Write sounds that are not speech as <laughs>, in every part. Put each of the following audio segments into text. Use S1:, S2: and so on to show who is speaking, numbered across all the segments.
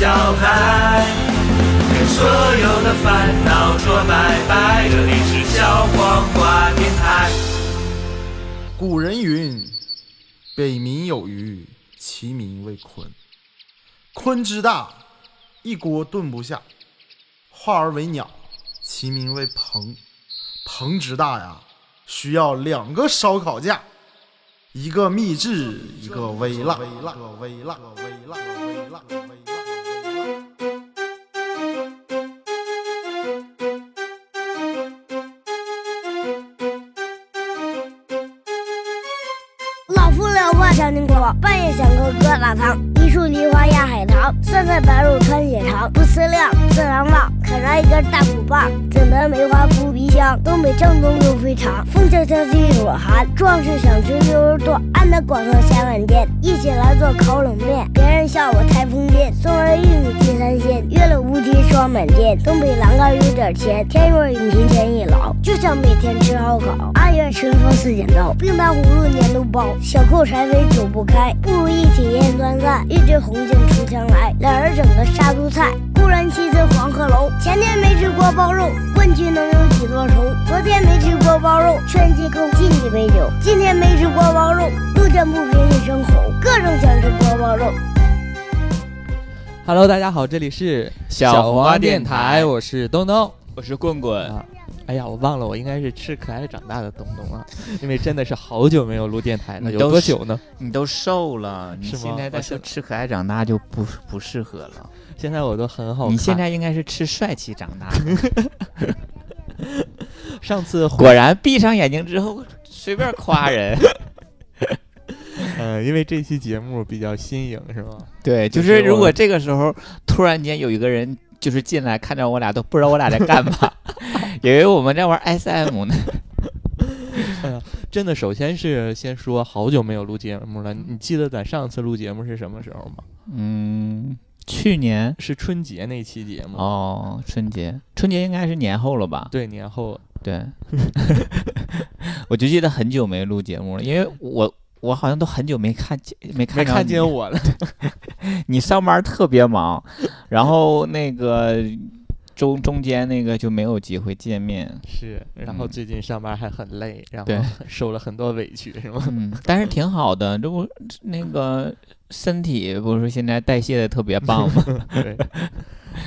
S1: 脑海，跟所有的烦恼说拜拜。这里是小黄瓜电台。
S2: 古人云：“北冥有鱼，其名为鲲。鲲之大，一锅炖不下。化而为鸟，其名为鹏。鹏之大呀，需要两个烧烤架，一个秘制，一个微辣。
S3: 老夫老话长青瓜，半夜想哥哥拉汤。一树梨花压海棠，酸菜白肉穿血肠。不思量，自然忘，啃上一根大骨棒。景德梅花扑鼻香，东北正宗牛肥肠。风萧萧兮易水寒，壮士想吃牛肉段。安得广厦千万间，一起来做烤冷面。别人笑我太疯癫，送人玉米地三鲜。约了无敌霜满天，东北栏杆有点甜。天若有情天亦老，就想每天吃烧烤。按月春风似剪刀，冰糖葫芦粘豆包。小扣柴扉久不开，不如一起烟端散。一枝红杏出墙来，两人整个杀猪菜。故人西辞黄鹤楼，前天没吃锅包肉，问君能有几多愁？昨天没吃锅包肉，劝饥空敬几杯酒。今天没吃锅包肉，路见不平一声吼，各种想吃锅包肉。
S4: Hello，大家好，这里是
S5: 小
S4: 黄
S5: 黄
S4: 电
S5: 电台
S4: 我是东东
S5: 我是棍棍，
S4: 啊。哎呀，我忘了，我应该是吃可爱的长大的东东啊， <laughs> 因为真的是好久没有录电台了，
S5: 你
S4: 有
S5: 都
S4: 多
S5: 是
S4: 久呢？
S5: 你都瘦了，你
S4: 是吗
S5: 现在再说
S4: 我是
S5: 吃可爱长大就不不适合了。
S4: 现在我都很好看。
S5: 你现在应该是吃帅气长大。
S4: <laughs> 上次回
S5: <laughs> 果然，闭上眼睛之后随便夸人。
S4: 呃，因为这期节目比较新颖，是吗？
S5: 对，就
S4: 就是
S5: 是如
S4: 我
S5: 果这个时候突然间有一个人就是进来，看着我俩都不知道我俩在干
S4: <laughs>
S5: 嘛，以为我们在玩 SM 呢。
S4: 真的，首先是先说好久没有录节目了。你记得咱上次录节目是什么时候吗？
S5: 嗯，去年
S4: 是春节那期节目。
S5: 哦，春节，春节应该是年后了吧？
S4: 对，年后 <laughs>
S5: 对，我就记得很久没录节目了，因为我我好像都很久没看见没看
S4: 没
S5: 着
S4: 看
S5: 你
S4: 见
S5: <laughs>
S4: 我了。
S5: 你上班特别忙，然后那个中中间那个就没有机会见面。
S4: 是，然后
S5: 嗯
S4: 最近上班还很累，然
S5: 对
S4: 后 <laughs> 受了很多委屈，是吗？
S5: 嗯，但是挺好的，这不那个身体不是现在代谢的特别棒吗？ <laughs>
S4: <laughs> 对，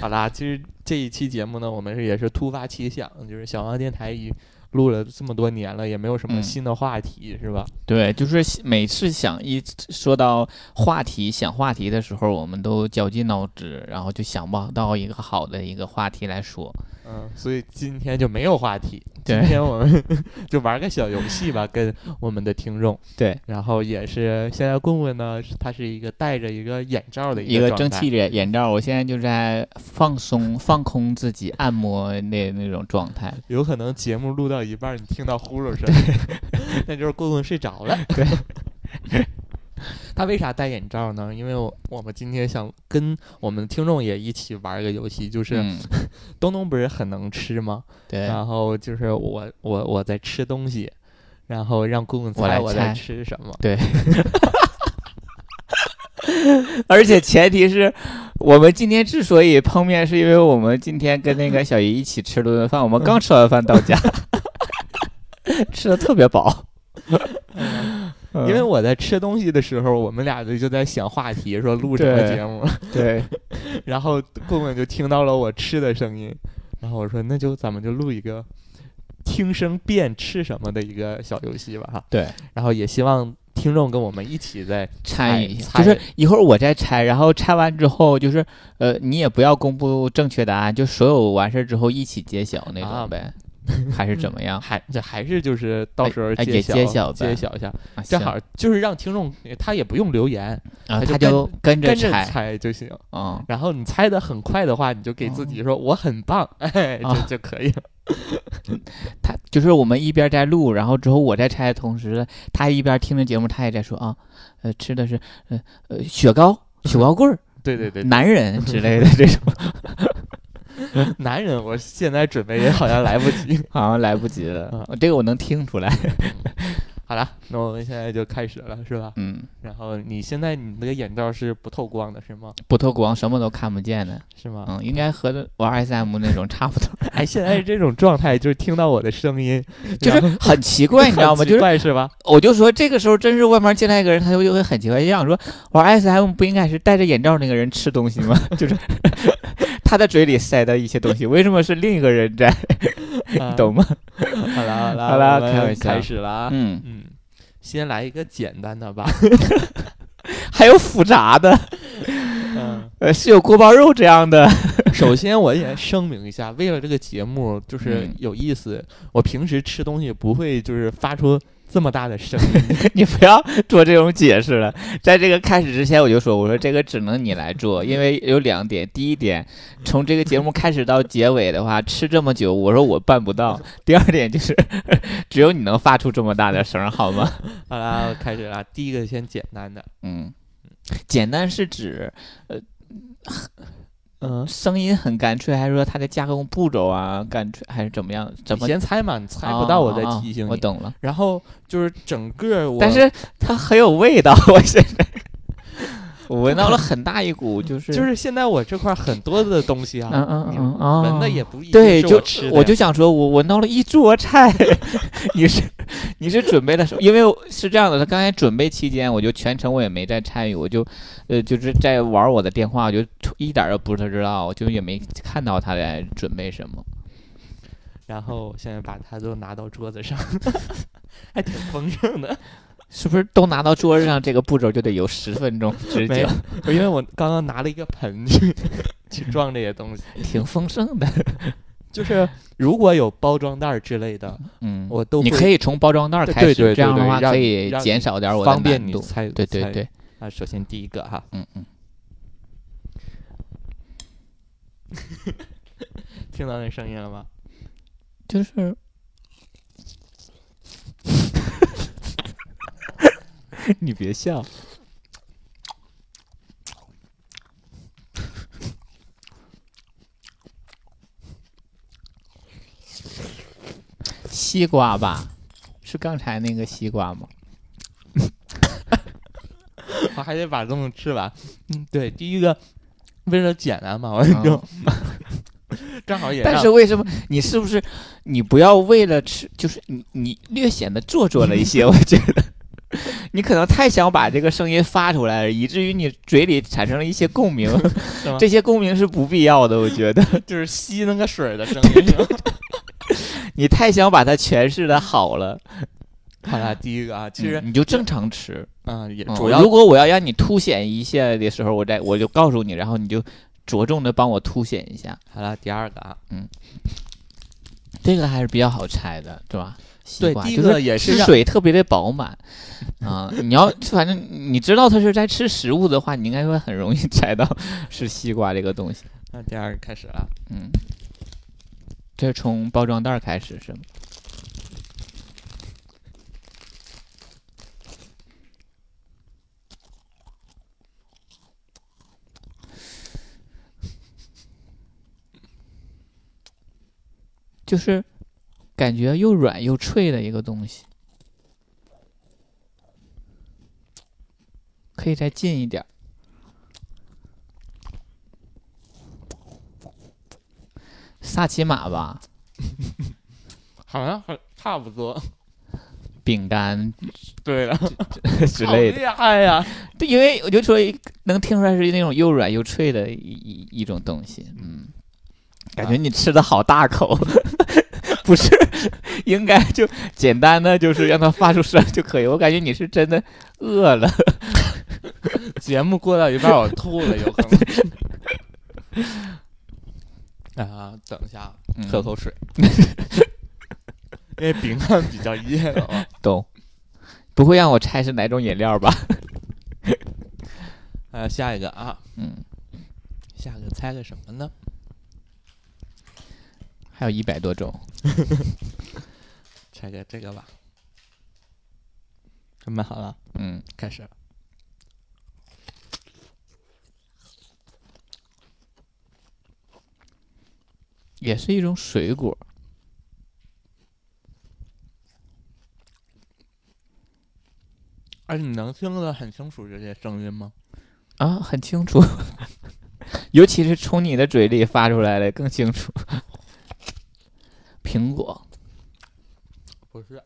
S4: 好啦，其实这一期节目呢，我们是也是突发奇想，就是小王电台已录了这么多年了，也没有什么
S5: 嗯
S4: 新的话题，是吧？
S5: 对，就是每次想一说到话题想话题的时候，我们都绞尽脑汁，然后就想不到一个好的一个话题来说。
S4: 嗯，所以今天就没有话题，今
S5: 对
S4: 天我们 <laughs> 就玩个小游戏吧，跟我们的听众。
S5: 对，
S4: 然后也是现在棍棍呢，是他是一个戴着一个眼罩的
S5: 一
S4: 个
S5: 个
S4: 状
S5: 蒸
S4: 态
S5: 汽眼眼罩，我现在就在放松、放空自己、按摩那那种状态。
S4: 有可能节目录到一半儿，你听到呼噜声， <laughs> 那就是棍棍睡着了。
S5: 对。
S4: 他为啥戴眼罩呢？因为我我们今天想跟我们听众也一起玩一个游戏，就是、啊
S5: 嗯、
S4: 东东不是很能吃吗？
S5: 对，
S4: 然后就是我我我在吃东西，然后让棍棍
S5: 我
S4: 猜
S5: 来
S4: 我在
S5: 猜
S4: 吃什么。 <laughs>
S5: 而且前提是我们今天之所以碰面，是因为我们今天跟那个小姨一起吃了顿饭，我们刚吃完饭到
S4: <laughs>
S5: 家，吃的特别饱。嗯
S4: 因为我在吃东西的时候，我们俩就就在想话题，说录什么
S5: 对
S4: 节目，
S5: 对，
S4: 然后棍棍就听到了我吃的声音，然后我说那就咱们就录一个听声辨吃什么的一个小游戏吧哈。
S5: 对，
S4: 然后也希望听众跟我们一起在
S5: 猜一下，
S4: 猜
S5: 就是一会儿我再猜，然后猜完之后就是呃，你也不要公布正确答案，就所有完事儿之后一起揭晓那
S4: 啊
S5: 种呗，还是怎么样？
S4: 还这还是就是到时候
S5: 哎哎
S4: 揭
S5: 也
S4: 晓、
S5: 揭晓呗
S4: 揭晓一下，
S5: 啊
S4: 正
S5: 行
S4: 好就是让听众他也不用留言，
S5: 啊，
S4: 他
S5: 他
S4: 就
S5: 就跟
S4: 跟着
S5: 猜
S4: 猜就行。
S5: 啊。
S4: 然后你猜的很快的话，你就给自
S5: 哦
S4: 己说我很棒，哎，就
S5: 啊
S4: 就
S5: <laughs>
S4: 可以了。
S5: 他就是我们一边在录，然后之后我在拆的同时，他一边听着节目，他也在说啊，呃，吃的是呃呃雪糕、
S4: <laughs>
S5: 雪糕棍儿、
S4: 对对对，
S5: 男人之类
S4: <laughs>
S5: 的这种，
S4: 男人，我
S5: <laughs>
S4: 现在准备也好像来不及。
S5: 好像来不及了
S4: 啊。 <laughs>
S5: 这个我能听出来。
S4: 好了，那我们现在就开始了，是吧？
S5: 嗯，
S4: 然后你现在你那个眼罩是不透光的，是吗？
S5: 不透光，什么都看不见的。
S4: 是吗？
S5: 嗯，应该和玩 SM 那种差不多，
S4: <laughs> 哎，现在这种状态就是听到我的声音，
S5: 就是很奇
S4: <laughs>
S5: 怪，你知道吗？
S4: 很
S5: 就
S4: 奇
S5: 是
S4: 怪
S5: <laughs>
S4: 是吧？
S5: 我就说这个时候真是外面进来一个人，他就就会很奇怪，就想说 <laughs> 玩 SM 不应该是戴着眼罩那个人吃东西吗？ <laughs> 就是他的嘴里塞的一些东西，为什么是另一个人在？
S4: 啊
S5: 懂吗？
S4: 好了好了
S5: 好了
S4: 我们
S5: 开玩笑
S4: 开始了啊！
S5: 嗯，
S4: 嗯，先来一个简单
S5: <laughs>
S4: 的吧。
S5: 还有复杂的，
S4: 嗯，
S5: 呃，是有锅包肉这样的。 <laughs>
S4: 首先我也声明一下，为了这个节目就是
S5: 嗯
S4: 有意思，我平时吃东西不会就是发出这么大的声音。
S5: <laughs> 你不要做这种解释了。在这个开始之前，我就说，我说这个只能你来做，因为有两点。第一点，从这个节目开始到结尾的话，吃这么久，我说我办不到。第二点就是， <laughs> 只有你能发出这么大的声儿，好吗？
S4: 好啦，开始啦，第一个先简单的，
S5: 嗯，简单是指
S4: 嗯，
S5: 声音很干脆，还是说它的加工步骤啊干脆，还是怎么样？怎
S4: 你
S5: 么
S4: 先猜嘛，你猜不到我再
S5: 哦哦哦
S4: 提醒
S5: 我
S4: 你。
S5: 懂了，
S4: 然后就是整个我，
S5: 但是它很有味道， <laughs> 我现在我闻到了很大一股嗯就是
S4: 就是现在我这块很多的东西啊，
S5: 嗯嗯
S4: 你
S5: 嗯哦
S4: 闻的也不一定
S5: 对，
S4: 是
S5: 就
S4: 吃的
S5: 我
S4: 呀
S5: 就想说，我闻到了一桌 <laughs> 菜，你是你是准备了什么？因为我是这样的，他刚才准备期间，我就全程我也没在参与，我就呃就是在玩我的电话，我就一点儿都不知道，我就也没看到他在准备什么。
S4: 然后现在把它都拿到桌子上， <laughs> 还挺丰盛的。
S5: 是不是都拿到桌子上这个步骤就得有十分钟之
S4: 没
S5: 久
S4: 有， <laughs> 因为我刚刚拿了一个盆去 <laughs> 去装这些东西，
S5: 挺丰盛 <laughs> 的。
S4: 就是如果有包装袋儿之类的，
S5: 嗯，
S4: 我都
S5: 你
S4: 会
S5: 可以从包装袋儿
S4: 对
S5: 开始，
S4: 对对
S5: 这样的
S4: 对
S5: 话
S4: 让
S5: 可以
S4: 让
S5: 减少点儿我的
S4: 方便
S5: 难
S4: 你
S5: 度
S4: 猜。
S5: 对对
S4: 猜
S5: 对，
S4: 啊，首先第一个哈，
S5: 嗯嗯，
S4: 听到那声音了吗？ <laughs>
S5: 就是。你别笑，西瓜吧？是刚才那个西瓜
S4: <laughs>
S5: 吗？
S4: 我还得把东西吃完。嗯，对，第一个为了简单嘛，我
S5: 嗯
S4: 就、 <laughs> 正好也
S5: 但
S4: 让
S5: 是为什么你是不是你不要为了吃，就是你你略显得做作了一
S4: <laughs>
S5: 些，我觉得。你可能太想把这个声音发出来了，以至于你嘴里产生了一些共鸣
S4: <laughs> 是吗，
S5: 这些共鸣是不必要的。我觉得
S4: <laughs> 就是吸那个水儿的声音。是吧 <laughs>
S5: 你太想把它诠释的好了，
S4: 好啦，第一个啊，嗯其实
S5: 嗯你就正常吃。
S4: 嗯也
S5: 嗯
S4: 主要
S5: 如果我要让你凸显一下的时候，我再我就告诉你，然后你就着重的帮我凸显一下，
S4: 好了，第二个啊，
S5: 这个还是比较好拆的，对吧？西
S4: 对，
S5: 瓜
S4: 第一
S5: 就是
S4: 个也是
S5: 吃
S4: 让
S5: 水特别的饱 <laughs> 满啊、你要反正你知道它是在吃食物的话，你应该会很容易 <laughs> 猜到是西瓜这个东西。
S4: 那第二个开始了，
S5: 嗯，这是从包装袋儿开始是吗？就是感觉又软又脆的一个东西，可以再近一点儿。萨琪玛吧，
S4: 好像很差不多。
S5: 饼干
S4: <laughs> 对 <laughs> 了，
S5: 之类的。
S4: 好厉害呀！
S5: 对，因为我就说能听出来是那种又软又脆的一一一种东西，嗯，感觉你吃的好大口， <laughs> 不是，应该就简单的就是让它发出声就可以。我感觉你是真的饿了，
S4: <laughs> 节目过到一半，我吐了，有可能。 <laughs> 啊，等一下，喝口 <laughs> 水，因为饼干比较 <laughs> 硬啊。
S5: 懂，不会让我猜是哪种饮料吧？ <laughs>
S4: 呃，下一个啊，
S5: 嗯，
S4: 下一个猜个什么呢？
S5: 还有一百多种，
S4: 猜个这个吧。准备好了，
S5: 嗯，
S4: 开始了。
S5: 也是一种水果，
S4: 哎，你能听得很清楚这些声音吗？
S5: 啊，很清楚， <laughs> 尤其是从你的嘴里发出来的更清楚。 <laughs> 苹果，
S4: 不是，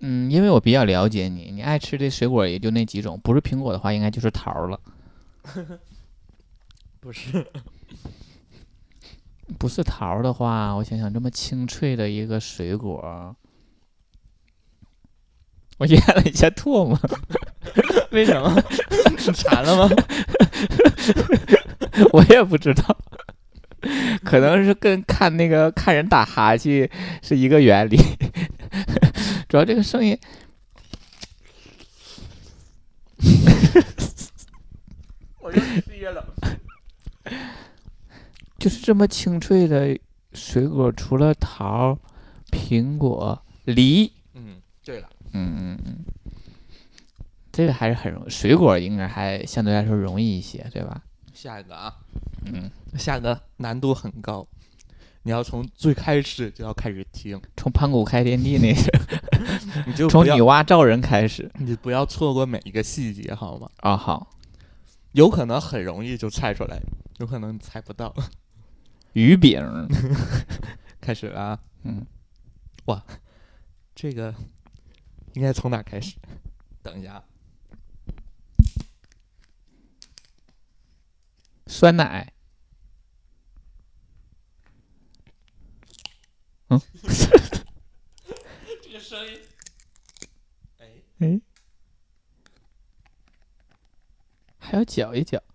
S5: 嗯，因为我比较了解你，你爱吃的水果也就那几种，不是苹果的话，应该就是桃儿了。
S4: 不是， <laughs>
S5: 不是桃儿的话，我想想，这么清脆的一个水果，我咽了一下唾沫， <laughs>
S4: 为什么？馋了吗？
S5: 我也不知道， <laughs> 可能是跟看那个看人打哈欠是一个原理。 <laughs> 主要这个声音，
S4: 我又憋了。
S5: 就是这么清脆的水果，除了桃儿、苹果、梨，
S4: 嗯，对了，
S5: 嗯嗯嗯，这个还是很容水果应该还相对来说容易一些，对吧？
S4: 下一个啊，
S5: 嗯，
S4: 下一个难度很高，你要从最开始就要开始听，
S5: 从盘古开天地那是，
S4: 你就
S5: 从
S4: 不要
S5: 女娲造人开始
S4: 你不要错过每一个细节，好吗？
S5: 啊、好，
S4: 有可能很容易就猜出来，有可能你猜不到。 <laughs>
S5: 鱼饼，
S4: 开始了啊，
S5: 嗯，
S4: 这个应该从哪开始？等一下啊，
S5: 酸奶。嗯，
S4: 这个声音，哎，
S5: 哎，还要搅一搅。 <laughs>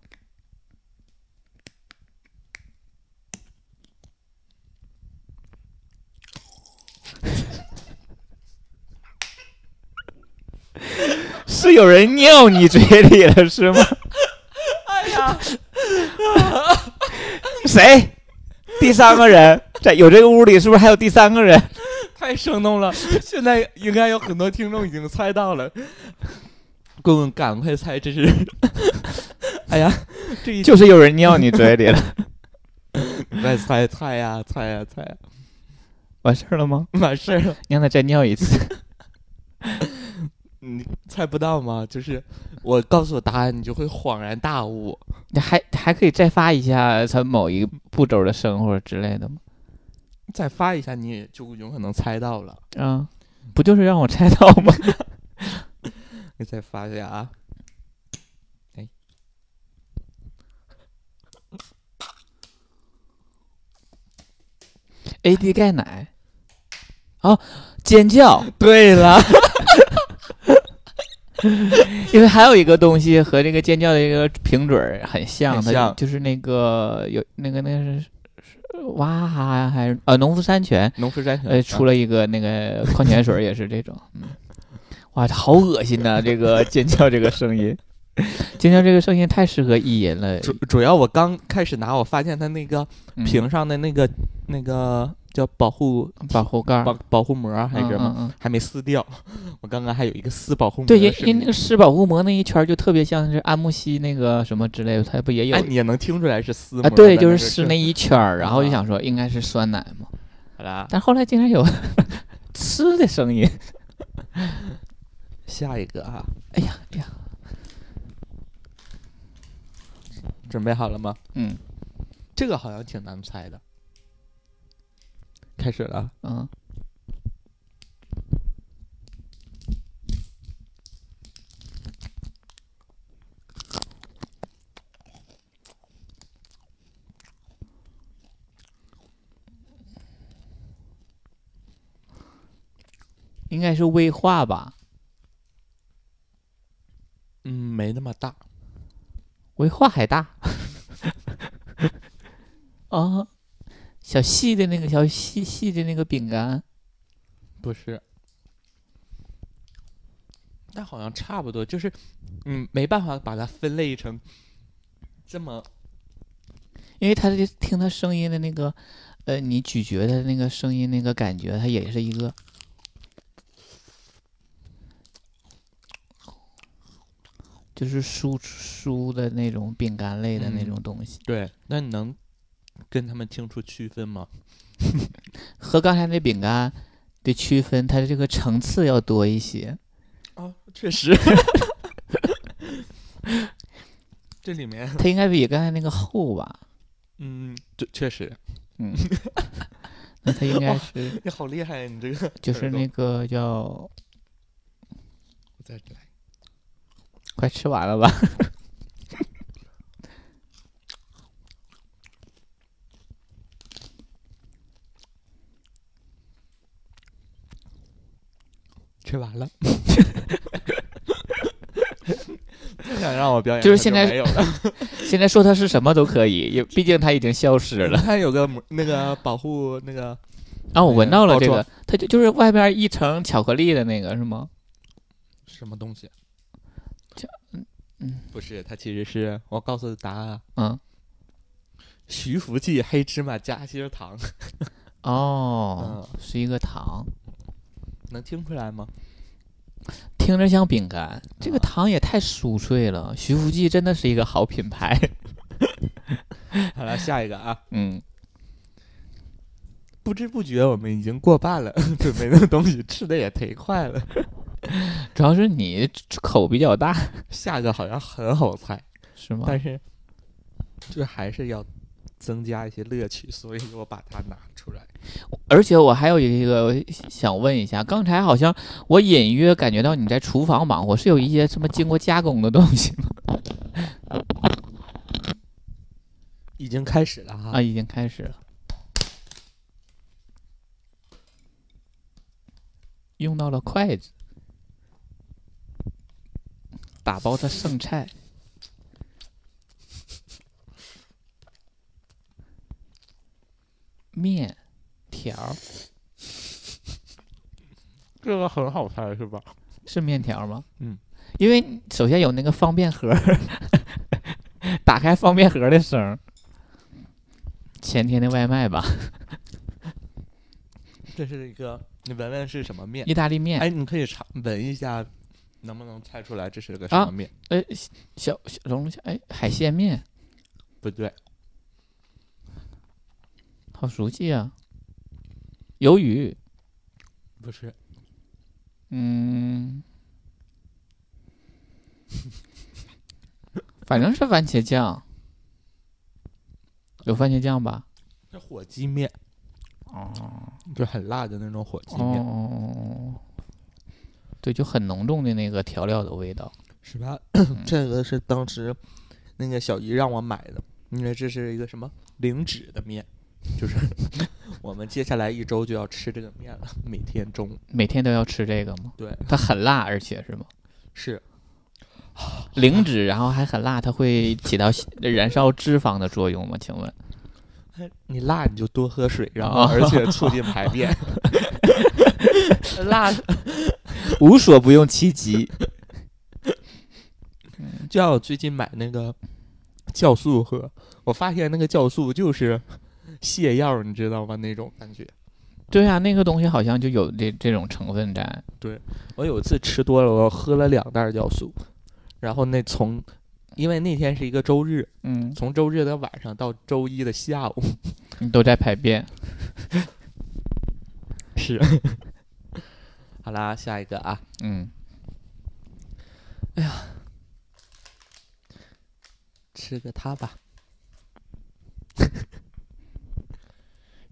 S5: 是有人尿你嘴里了是吗？谁？第三个人在有这个屋里是不是还有第三个人？
S4: 太生动
S5: <laughs>
S4: 了！现在应该有很多听众已经猜到了， <laughs> 棍棍赶快猜，这是， <laughs> 哎呀，这一
S5: 就是有人尿你嘴里了，
S4: 快猜猜呀猜呀猜呀，
S5: 完事儿了吗？
S4: 完事儿了。
S5: 你让他再尿一次。
S4: 你猜不到吗？就是我告诉我答案，你就会恍然大悟。
S5: 你 <laughs> 还还可以再发一下他某一个步骤的生活之类的吗？
S4: 再发一下，你也就有可能猜到了。
S5: 啊，不就是让我猜到 <laughs> 吗？
S4: 你再发一下啊！哎，
S5: AD 钙奶，哦，尖叫，
S4: 对了，
S5: 因为还有一个东西和这个尖叫的一个平嘴儿很像，
S4: 很像
S5: 它就是那个有那个那个是是娃哈呀还是呃农夫山泉，
S4: 农夫山泉啊
S5: 呃出
S4: 了，
S5: 了一个那个矿泉水儿也是这 <laughs> 种，嗯，哇，好恶心呐、这个尖叫这个声 <laughs> 音，尖叫这个声音太适合意淫了，
S4: 主主要我刚开始拿，我发现它那个
S5: 嗯
S4: 屏上的那个、那个叫保护
S5: 保护盖儿
S4: 保保护膜啊儿还是
S5: 嗯
S4: 什么、
S5: 啊嗯嗯
S4: 还没撕掉，我刚刚还有一个撕保护膜
S5: 对，
S4: 的
S5: 因
S4: 声
S5: 因那
S4: 音。
S5: 个湿保护膜那一圈儿就特别像是安慕希那个什么之类的，它不也有
S4: 哎，你也能听出来是啊撕膜
S5: 啊？
S4: 的、
S5: 对，就是
S4: 撕
S5: 湿那一圈儿，然后就想说应该是酸奶嘛，
S4: 好啦，
S5: 但后来竟然有 <laughs> 吃的声音，
S4: 下一个啊，
S5: 哎呀哎呀，
S4: 准备好了吗？
S5: 嗯
S4: 这个好像挺难猜的。开始了啊，
S5: 嗯，应该是威化吧？
S4: 嗯，没那么大，
S5: 威化还大 <laughs> 啊，小细的那个小细细的那个饼干，
S4: 不是，但好像差不多，就是嗯，没办法把它分类成这么
S5: 因为它这听它声音的那个，呃，你咀嚼它的那个声音那个感觉，它也是一个。就是酥酥的那种饼干类的那
S4: 嗯
S5: 种东西，
S4: 对。那你能跟他们清楚区分吗？
S5: 和刚才那饼干的区分，它的这个层次要多一些。
S4: 啊，确实。 <laughs> 这里面，
S5: 它应该比刚才那个厚吧？
S4: 嗯，这确实，
S5: 嗯，那它应该是
S4: 你好厉害，啊你这个
S5: 就是那个叫
S4: 我再来，
S5: 快吃完了吧？
S4: 吃完 <laughs> 了。不想让我表演，
S5: 就是
S4: 那
S5: 现在
S4: 没有了。
S5: 现在说它是什么都可以，也毕竟它已经消失了。
S4: 它有个膜那个保护那个，
S5: 啊，我
S4: 那
S5: 闻
S4: 个
S5: 到了
S4: 包
S5: 这
S4: 装
S5: 个，它就就是外边一层巧克力的那个是吗？
S4: 什么东西？
S5: 这嗯，
S4: 不是，它其实是我告诉答案啊，
S5: 嗯，
S4: 徐福记黑芝麻夹心糖，
S5: 哦，
S4: 嗯
S5: 是一个糖，
S4: 能听出来吗？
S5: 听着像饼干。这个
S4: 啊
S5: 糖也太酥脆了，徐福记真的是一个好品牌。 <laughs>
S4: 好了，下一个啊，
S5: 嗯，
S4: 不知不觉我们已经过半了， <laughs> 准备的东西吃的也忒快了。
S5: 主要是你口比较大
S4: 下个好像很好猜，
S5: 是吗？
S4: 但是就还是要增加一些乐趣，所以我把它拿出来。
S5: 而且我还有一个想问一下，刚才好像我隐约感觉到你在厨房忙活，是有一些什么经过加工的东西吗？
S4: 已经开始了哈，
S5: 啊，已经开始了，用到了筷子，打包的剩菜。面条儿
S4: <laughs> 这个很好猜是吧？
S5: 是面条吗？
S4: 嗯，
S5: 因为首先有那个方便盒儿， <laughs> 打开方便盒儿的声儿，前天的外卖
S4: <laughs>
S5: 吧，
S4: 这是一个，你闻闻是什么面？
S5: 意大利面。
S4: 哎，你可以尝闻一下，能不能猜出来这是个什么面？
S5: 哎，小小龙虾，哎，海鲜面，
S4: 不对，
S5: 好熟悉啊！鱿鱼，
S4: 不是，
S5: 嗯，反正是番茄酱，有番茄酱吧？
S4: 是火鸡面，
S5: 哦
S4: 就很辣的那种火鸡
S5: 哦
S4: 面，
S5: 哦，对，就很浓重的那个调料的味道。
S4: 是吧？
S5: 嗯
S4: <clears throat> 这个是当时那个小姨让我买的，因为这是一个什么零脂的面，就是 <laughs> 我们接下来一周就要吃这个面了，每天中午。
S5: 每天都要吃这个吗？
S4: 对，
S5: 它很辣，而且
S4: <laughs>
S5: 是吗？
S4: 是
S5: 零脂，然后还很辣，它会起到燃烧脂肪的作用吗？请问，
S4: 你辣你就多喝水，然后
S5: 哦
S4: 而且促进排 <laughs> 便。
S5: 辣 <laughs> 无所不用其极。
S4: 就像我最近买那个酵素喝，我发现那个酵素就是泻药，你知道吗？那种感觉。
S5: 对啊，那个东西好像就有这这种成分在。
S4: 我有一次吃多了，我喝了两袋儿酵素，然后那从，因为那天是一个周日，
S5: 嗯，
S4: 从周日的晚上到周一的下午， <laughs>
S5: 你都在排便。
S4: <laughs> 是。好啦，下一个啊，
S5: 嗯，
S4: 吃个它吧。 <laughs>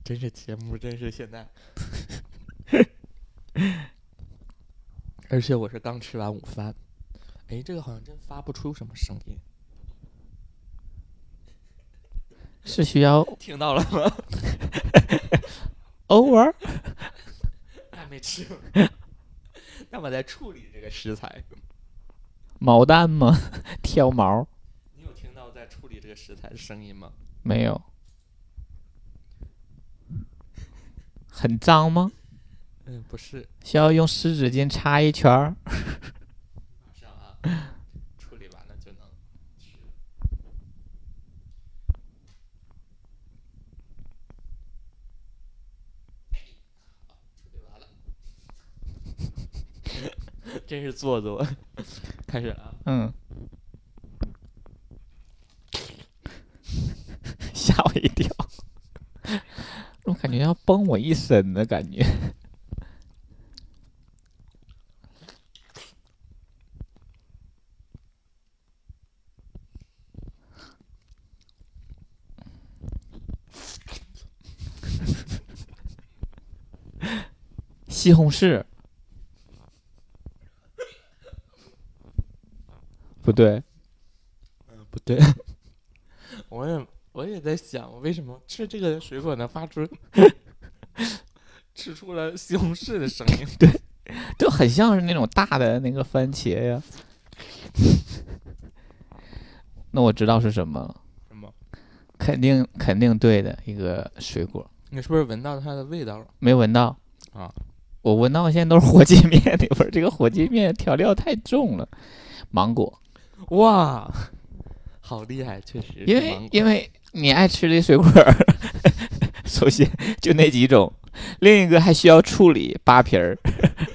S4: 真是节目，真是现在。 <laughs> 而且我是刚吃完午饭，哎，这个好像真发不出什么声音，
S5: 是需要
S4: <laughs> 听到了吗？
S5: 偶尔。
S4: 还没吃完， <laughs> 那我在处理这个食材。
S5: 毛蛋吗？ <laughs> 挑毛
S4: 你有听到在处理这个食材的声音吗？
S5: 没有？很脏吗？
S4: 嗯，不是，
S5: 需要用湿纸巾擦一圈儿？
S4: 马上啊，处理完了就能吃。处理完了， <laughs> 真是做作。 <laughs> 开始了啊，
S5: <laughs> 嗯，吓我一跳，我感觉要崩我一身的感觉。西红柿。不对，
S4: 不对，我也我也在想，为什么吃这个水果能发出吃出了西红柿的声音？
S5: 就很像是那种大的那个番茄呀。 <laughs> 那我知道是什么了，
S4: <laughs> 什么？
S5: 肯定肯定对的一个水果，
S4: 你是不是闻到它的味道了？
S5: 没闻到
S4: 啊？
S5: 我闻到的现在都是火鸡面那味儿，这个火鸡面调料太重了。芒果，
S4: 哇，好厉害，确实是
S5: 因
S4: 芒
S5: 为
S4: 果
S5: 因为你爱吃的水果儿， <laughs> 首先就那几种，另一个还需要处理扒皮儿，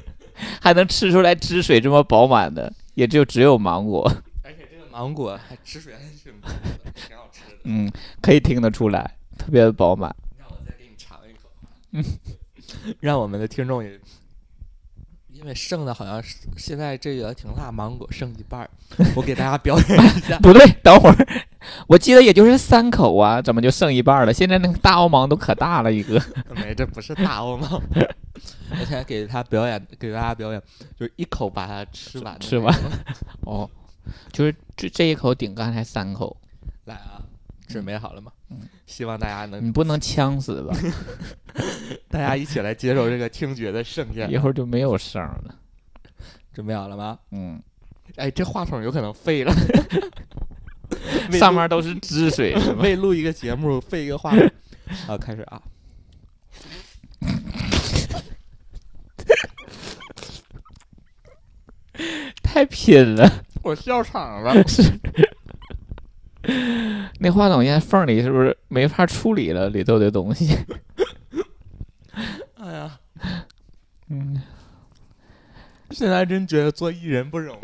S5: <laughs> 还能吃出来汁水这么饱满的，也就只有芒果。
S4: 而且这个芒果还汁水还是蛮多的挺好吃的。
S5: 嗯，可以听得出来，特别饱满。。
S4: 让我再给你尝一口， <laughs> 让我们的听众也，因为剩的好像是现在这个挺辣芒果剩一半儿，我给大家表演一下
S5: <laughs>
S4: <laughs>
S5: 不对，等会 <laughs> 儿，我记得也就是三口啊，怎么就剩一半了？现在那个大澳芒都可大了一个，
S4: 没，这不是大欧吗？ <laughs> 我现在给他表演，给大家表演，就是一口把它吃完的那种。
S5: 吃完 <laughs> 哦，就是这这一口顶刚才三口，
S4: 来啊，准备好了吗？
S5: 嗯
S4: <laughs> 希望大家能
S5: 你，不能呛死 <laughs> 吧？
S4: 大家一起来接受这个听觉的盛
S5: 一
S4: 宴。
S5: 会儿就没有声儿了。
S4: 准备好了吗？
S5: 嗯，
S4: 哎，这话筒有可能废
S5: <laughs>
S4: 了。为
S5: 上
S4: 录
S5: 面都是汁水，是吧？
S4: <laughs> 为录一个节 <laughs> 目废一个话筒。好，开始啊！
S5: <laughs> 太拼了！
S4: 我笑场了。
S5: 那话筒现在缝里是不是没法处理了里头的东西？ <laughs>
S4: 哎呀，
S5: 嗯，
S4: 现在真觉得做艺人不 <laughs> 容易。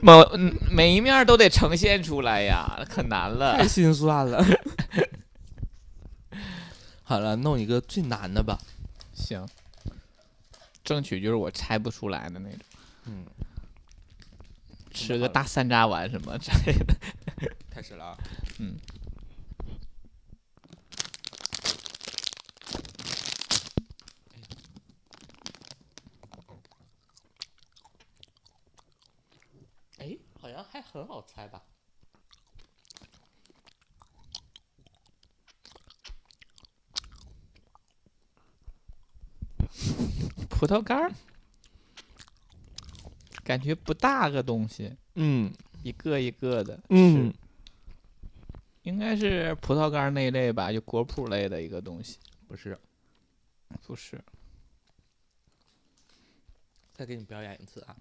S5: 某嗯每一面儿都得呈现出来呀，可难了
S4: 太。心酸了。 <laughs> 好了，弄一个最难的吧。
S5: 行，争取就是我猜不出来的那种，
S4: 嗯，
S5: 吃个大山楂丸什么之类的。
S4: 开始了啊。
S5: 嗯。
S4: 哎，好像还很好猜吧？
S5: <laughs> 葡萄干儿，感觉不大个东西，
S4: 嗯
S5: 一个一个的，
S4: 嗯，
S5: 应该是葡萄干儿那一类吧，就果脯类的一个东西，
S4: 不是，
S5: 不是？
S4: 再给你表演一次啊。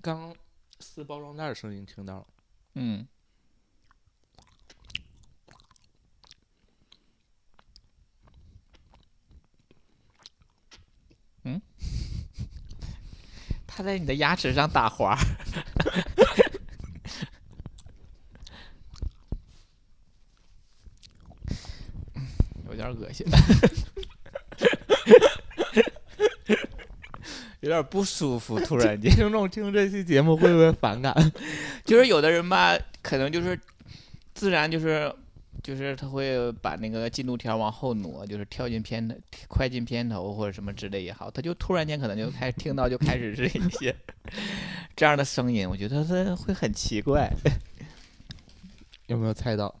S4: 刚撕包装袋的声音听 <laughs> 到了，
S5: 嗯，嗯， <laughs> 它在你的牙齿上打滑。 <laughs> 有点恶心， <laughs> 有点不舒服。突然间，
S4: 听众听这期节目会不会反感？
S5: 就是有的人吧，可能就是自然就是就是他会把那个进度条往后挪，就是跳进片头、快进片头或者什么之类也好，他就突然间可能就开始听到就开始是一些 <laughs> 这样的声音，我觉得他会很奇怪。
S4: <laughs> 有没有猜到？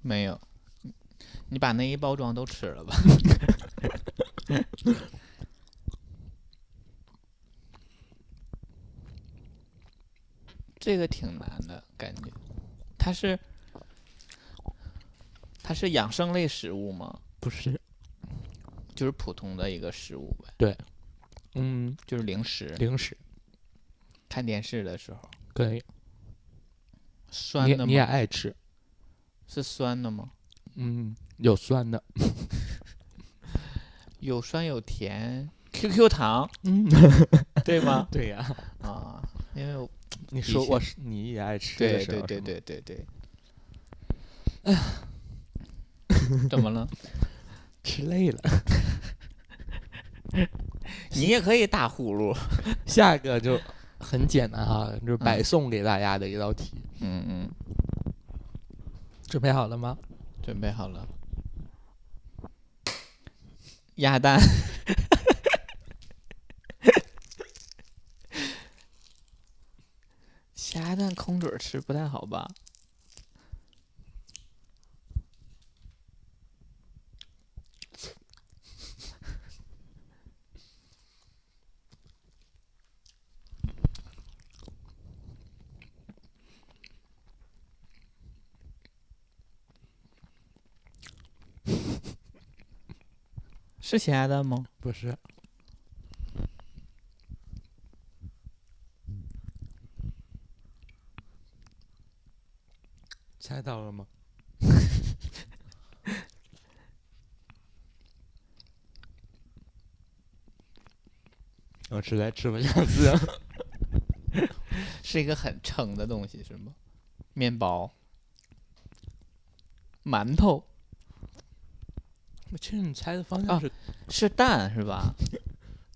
S5: 没有，你把那一包装都吃了吧？这个挺难的感觉，它是它是养生类食物吗？
S4: 不是，
S5: 就是普通的一个食物呗，
S4: 嗯，
S5: 就是零食。
S4: 零食
S5: 看电视的时候，
S4: 可以。
S5: 酸
S4: 你
S5: 的
S4: 你也
S5: 吗？
S4: 爱吃？
S5: 是酸的吗？
S4: 嗯，有酸的。
S5: 有酸有甜，QQ 糖
S4: 嗯，？
S5: 对吗
S4: 对呀、
S5: 啊，因为我
S4: 你
S5: 以
S4: 说
S5: 前
S4: 我是你也爱吃的
S5: 对
S4: 时
S5: 对
S4: 候
S5: 对
S4: 是吗
S5: 对对对。哎 <sighs> 呀，怎么了？
S4: 吃累了。
S5: 你也可以打呼噜。
S4: <laughs> 下一个就很简单啊，就是白送给大家的一道题，
S5: 嗯嗯，
S4: 准备好了吗？
S5: 准备好了。鸭蛋， <laughs> 鸭蛋空嘴儿吃不太好吧？是咸鸭蛋吗？
S4: 不是，猜到了吗？ <laughs> 我实在吃不下去了。
S5: 是一个很撑的东西是吗？面包、馒头
S4: 其实你猜的方
S5: 啊
S4: 向是、
S5: 是蛋是吧？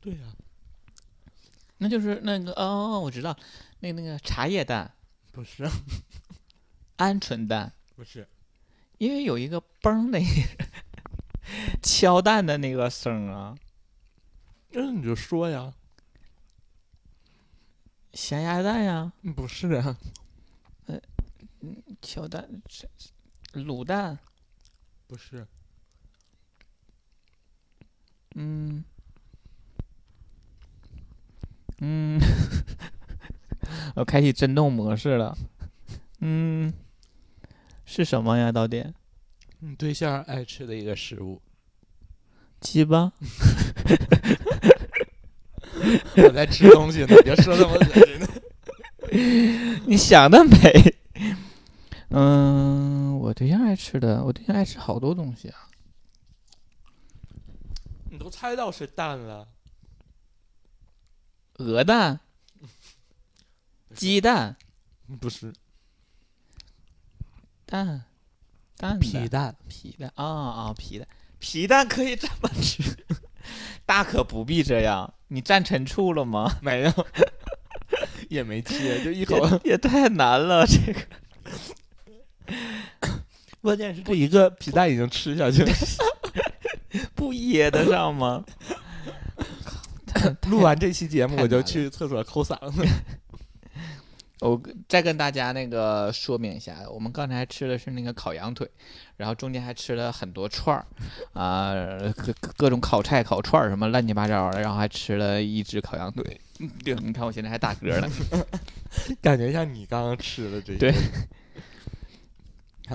S4: 对呀、
S5: 那就是那个哦，我知道，那个那个茶叶蛋、
S4: 不是，
S5: 鹌鹑蛋，
S4: 不是，
S5: 因为有一个嘣的一个 <laughs> 敲蛋的那个声儿啊。
S4: 那你就说呀，
S5: 咸鸭蛋呀，
S4: 不是啊，
S5: 敲蛋、是卤蛋，
S4: 不是，
S5: 嗯嗯，我呃开启震动模式了。嗯，是什么呀？到底
S4: 你对象爱吃的一个食物。 <laughs>
S5: 鸡巴？ <laughs>
S4: 我在吃东西呢，别说那么恶心的。
S5: 你想得美。嗯，我对象爱吃的，我对象爱吃好多东西啊。
S4: 你都猜到是蛋了，
S5: 鹅蛋、鸡蛋、
S4: 不是
S5: 蛋、蛋
S4: 皮
S5: 蛋
S4: 蛋，
S5: 皮蛋啊啊皮蛋皮蛋可以这么吃，大可不必这样。你站陈醋了吗？
S4: 没有，也没切，就一口。
S5: 也也太难了，这个
S4: <laughs> 关键是这一个皮蛋已经吃下去了。
S5: 不噎得上吗？
S4: 录完这期节目，
S5: 太
S4: 我就
S5: 难了
S4: 去厕所抠嗓子。
S5: <laughs> 我再跟大家那个说明一下，我们刚才吃的是那个烤羊腿，然后中间还吃了很多串儿，啊、各各各种烤菜、烤串儿什么乱七八糟的，然后还吃了一只烤羊腿。嗯对，你看我现在还打嗝
S4: <laughs>
S5: 了。
S4: 感觉像你刚刚吃的这一
S5: 对
S4: 个。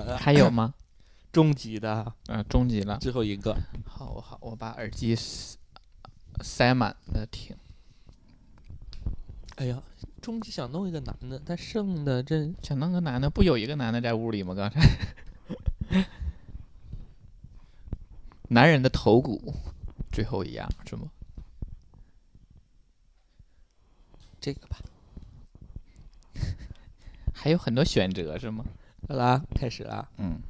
S4: <laughs> 好了
S5: 还有吗？
S4: 终极的
S5: 嗯、终极了。
S4: 最后一个，
S5: 好，我好，我把耳机塞塞满了听。
S4: 哎呀，终极想弄一个男的，但剩的这
S5: 想弄个男的，不有一个男的在屋里吗？刚才， <laughs> 男人的头骨，最后一样是吗？
S4: 这个吧。
S5: 还有很多选择是吗？
S4: 好啦，啊开始啦。
S5: 嗯，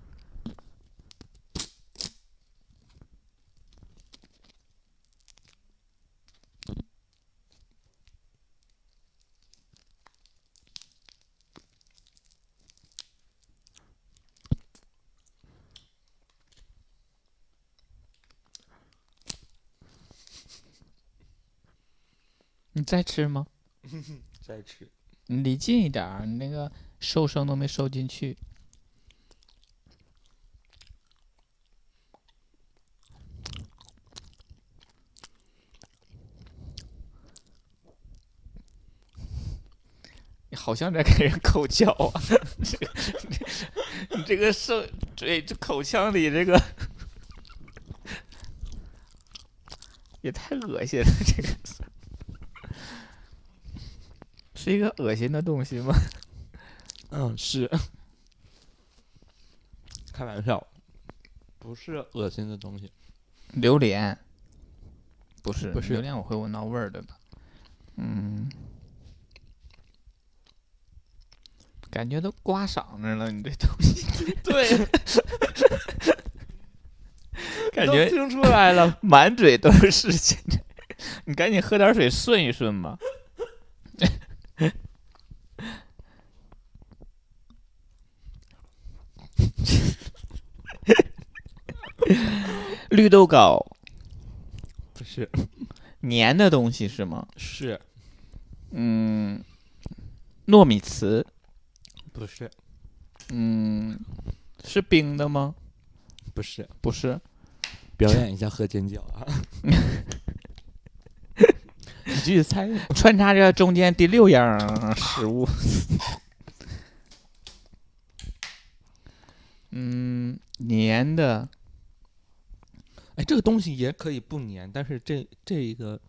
S5: 你在吃吗？
S4: 再吃，
S5: 你离近一点儿，你那个收声都没收进去。你好像在给人口交啊！ <laughs> 这个，你这个声，嘴这口腔里这个也太恶心了，这个是一个恶心的东西吗？
S4: 嗯，是。开玩笑，不是恶心的东西。
S5: 榴莲，不是
S4: 不是
S5: 榴莲，我会闻到味儿的吧？嗯，感觉都刮嗓子了，你这东西，
S4: 对，
S5: <laughs> 感
S4: 都
S5: 觉
S4: 听出来了。
S5: <laughs> 满嘴都是事情。 <laughs> 你赶紧喝点水顺一顺吧。绿豆糕，
S4: 不是
S5: 粘的东西是吗？
S4: 是
S5: 嗯，糯米糍，
S4: 不是
S5: 嗯，是冰的吗？
S4: 不是？
S5: 不是，
S4: 表演一下贺尖角 <laughs> 啊！你继续猜，
S5: 穿插着中间第六样食物。 <laughs> 嗯，粘的
S4: 哎，这个东西也可以不粘，但是这这一个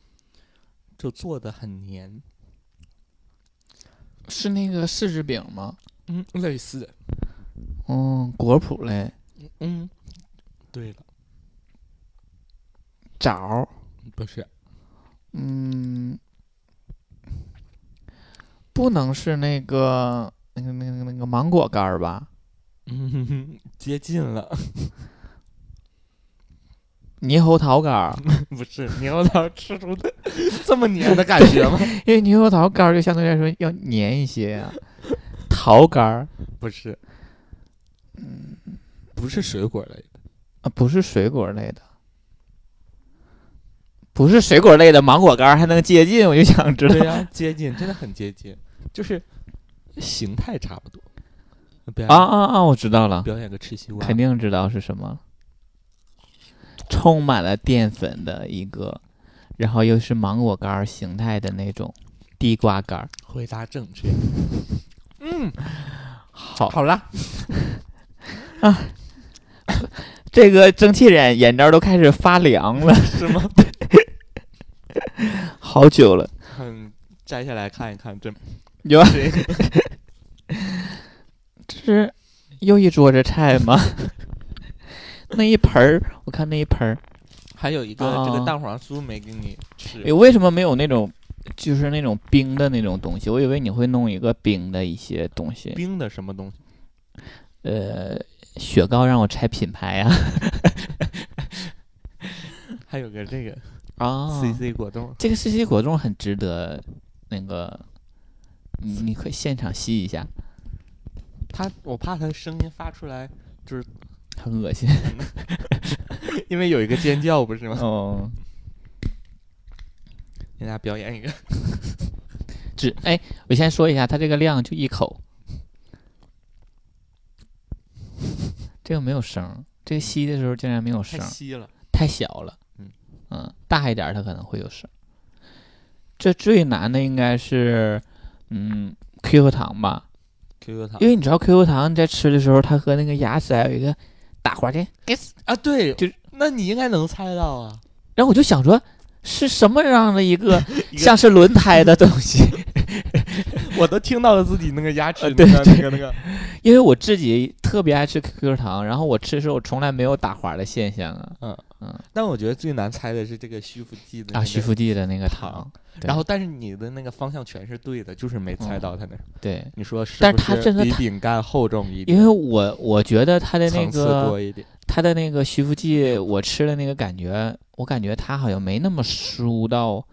S4: 就做的很粘，
S5: 是那个柿子饼吗？
S4: 嗯，类似，
S5: 嗯，果脯嘞，
S4: 嗯，对了，
S5: 枣儿，
S4: 不是，
S5: 嗯，不能是那个那个那个那个芒果干儿吧？
S4: 嗯， <laughs> 接近了，
S5: 猕猴桃干儿，
S4: 不是，猕猴桃吃出的这么粘的感觉吗？ <laughs>
S5: 因为猕猴桃干儿就相对来说要粘一些呀、桃干儿
S4: 不是，嗯，不是水果类的，
S5: 啊，不是水果类的，不是水果类的芒果干儿还能接近，我就想知道。
S4: 对呀、接近，真的很接近，就是形态差不多。表演
S5: 啊啊啊！我知道了，
S4: 表演个吃西瓜，
S5: 肯定知道是什么了。充满了淀粉的一个，然后又是芒果干儿形态的那种地瓜干儿。
S4: 回答正确。
S5: 好，
S4: 好啦，
S5: 这个蒸汽眼眼罩都开始发凉 <laughs> 了，是吗？对，好久了。
S4: 嗯，摘下来看一看，这
S5: 有啊，这是又一桌子菜吗？ <laughs> 那一盆儿，我看那一盆儿，
S4: <laughs> 还有一个、这个蛋黄酥没给你吃
S5: 啊哎，，为什么没有那种就是那种冰的那种东西？我以为你会弄一个冰的一些东西，
S4: 冰的什么东西？
S5: 呃，雪糕让我拆品牌啊
S4: 还有个这个
S5: <laughs> 啊
S4: CC 果冻，
S5: 这个四喜果冻很值得那个，你你可以现场吸一下，
S4: 它我怕它声音发出来，
S5: 很恶心
S4: 因为有一个尖叫不是吗？
S5: 哦。
S4: <laughs> 给大家表演一个，
S5: <laughs> 只哎，我先说一下，它这个量就一口，这个没有声儿，这个吸的时候竟然没有
S4: <laughs> 太
S5: 声儿，
S4: 稀了。
S5: 太小了。
S4: 嗯
S5: 嗯大一点儿它可能会有声儿。这最难的应该是嗯 QQ 糖吧，
S4: QQ 糖
S5: 因为你知道 QQ 糖你在吃的时候，它和那个牙齿还有一个打滑键，
S4: 啊，对，
S5: 就是
S4: 那你应该能猜到啊，
S5: 然后我就想说。是什么样的一个
S4: <laughs> 一个
S5: 像是轮胎的东西？
S4: <laughs> 我都听到了自己那个牙齿 <laughs>
S5: 呃
S4: 那
S5: 对
S4: 个那个那个，
S5: 因为我自己特别爱吃 QQ 糖，然后我吃的时候我从来没有打滑的现象啊
S4: 但我觉得最难猜的是这个徐福记的那
S5: 啊！
S4: 个
S5: 徐福记的那个糖
S4: 糖，
S5: 对
S4: 然后但是你的那个方向全是对的，就是没猜到它那。
S5: 对，
S4: 你说是
S5: 嗯但
S4: 不
S5: 是它
S4: 是
S5: 真的
S4: 比
S5: 它
S4: 饼干厚重一点，
S5: 因为我我觉得它的那
S4: 层次
S5: 个
S4: 多一点。
S5: 它的那个徐福记，我吃的那个感觉，我感觉它好像没那么酥到，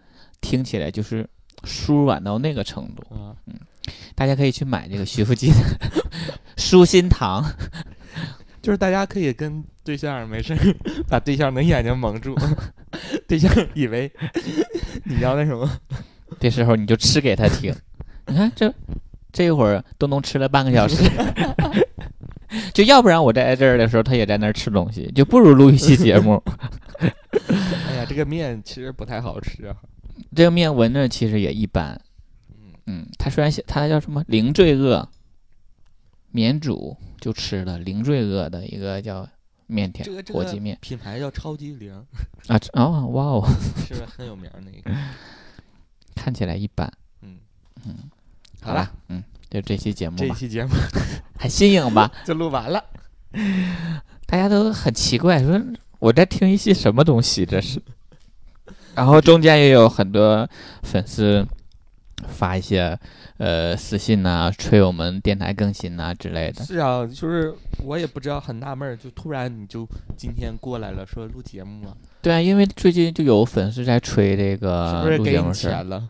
S5: 听起来就是酥软到那个程度。
S4: 啊，
S5: 大家可以去买这个徐福记的 <laughs> 舒心糖，
S4: 就是大家可以跟对象没事儿把对象的眼睛
S5: <laughs>
S4: 蒙住，对象以为你要那什么，
S5: 这时候你就吃给他听。你看这这一会儿东东吃了半个小时。 <laughs> 就要不然我在这儿的时候，他也在那儿吃东西，就不如录一期节目。 <laughs>
S4: 哎呀，这个面其实不太好吃啊。
S5: 这个面闻着其实也一般。嗯，它虽然写它叫什么零罪恶免煮，就吃了零罪恶的一个叫面条
S4: 这个这
S5: 火
S4: 个
S5: 鸡面
S4: 品牌叫超级
S5: <laughs>
S4: 零，
S5: 啊这啊哇哦， <laughs>
S4: 是不是很有名儿那个？
S5: 看起来一般。
S4: 嗯
S5: 嗯，
S4: 好
S5: 了
S4: 了，，
S5: 嗯，就这期节目
S4: 这一
S5: 吧，
S4: 期节目
S5: 很新颖吧？
S4: 就录完了。
S5: 大家都很奇怪，说我在听一些什么东西，这
S4: <laughs>
S5: 是。然后中间也有很多粉丝发一些呃私信呐、催我们电台更新呐、之类的。
S4: 是啊，就是我也不知道，很纳闷儿，就突然你就今天过来了，说录节目了，
S5: 对啊，因为最近就有粉丝在吹这个
S4: 是
S5: 呃录
S4: 不是
S5: 节
S4: 给
S5: 目
S4: 你
S5: 事儿 <laughs>
S4: 钱了？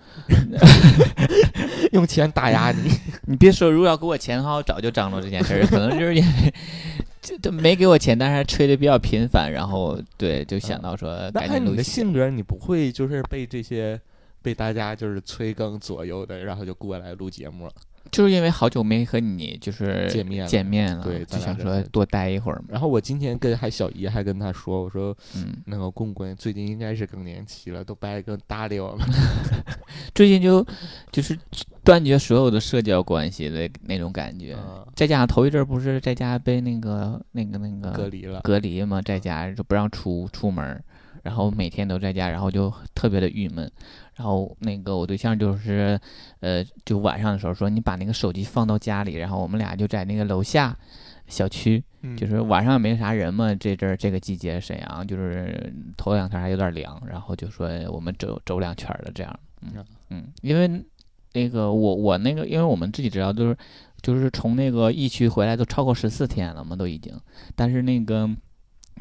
S4: 用钱打压你？
S5: <laughs> 你别说，如果要给我钱的话，我早就张罗这件事儿，可能就是因为这这没给我钱，但是吹的比较频繁，然后对，就想到说
S4: 啊那
S5: 赶
S4: 按
S5: 紧
S4: 你
S5: 录
S4: 的
S5: 一期。
S4: 性格，你不会就是被这些被大家就是催更左右的，然后就过来录节目了。
S5: 就是因为好久没和你就是
S4: 见面了
S5: 见面了，
S4: 对
S5: 就
S4: 咱俩
S5: 想
S4: 这
S5: 说
S4: 是
S5: 多待一会儿嘛。
S4: 然后我今天跟还小姨还跟她说，我说
S5: 嗯，
S4: 那个棍棍最近应该是更年期了，都不爱跟搭理我们。
S5: 最近就就是断绝所有的社交关系的那种感觉，
S4: 啊
S5: 再加上头一阵儿不是在家被那个那个那个
S4: <laughs> 隔离了，
S5: 嗯隔离嘛，在家就不让出出门儿，然后每天都在家，然后就特别的郁闷。然后那个我对象就是，呃，就晚上的时候说你把那个手机放到家里，然后我们俩就在那个楼下小区，
S4: 嗯
S5: 就是晚上也没啥人嘛，这阵儿这个季节沈阳就是头两天还有点凉，然后就说我们走走两圈儿了这样，嗯
S4: 啊
S5: 嗯，因为那个我我那个因为我们自己知道就是就是从那个疫区回来都超过十四天了嘛，都已经。但是那个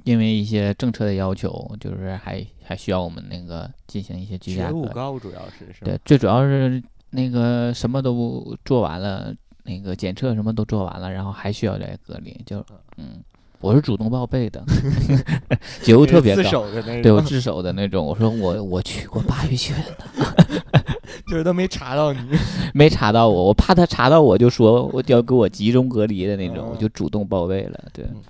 S5: 因为一些政策的要求，就是还还需要我们那个进行一些居
S4: 觉
S5: 家
S4: 悟
S5: 隔离。
S4: 高，主要是是吧
S5: 对，最主要是那个什么都做完了，那个检测什么都做完了，然后还需要来隔离，就嗯，我是主动报备
S4: <laughs>
S5: 的，觉悟特别
S4: 自
S5: 高。
S4: 首的那
S5: 对我
S4: 种，
S5: 自首的那种，我说我我去过鲅鱼圈，
S4: <laughs> 就是都没查
S5: <laughs>
S4: 到你。
S5: 没查到我，我怕他查到我就说我就要给我集中隔离的那种，
S4: 哦
S5: 我就主动报备了。对，
S4: 嗯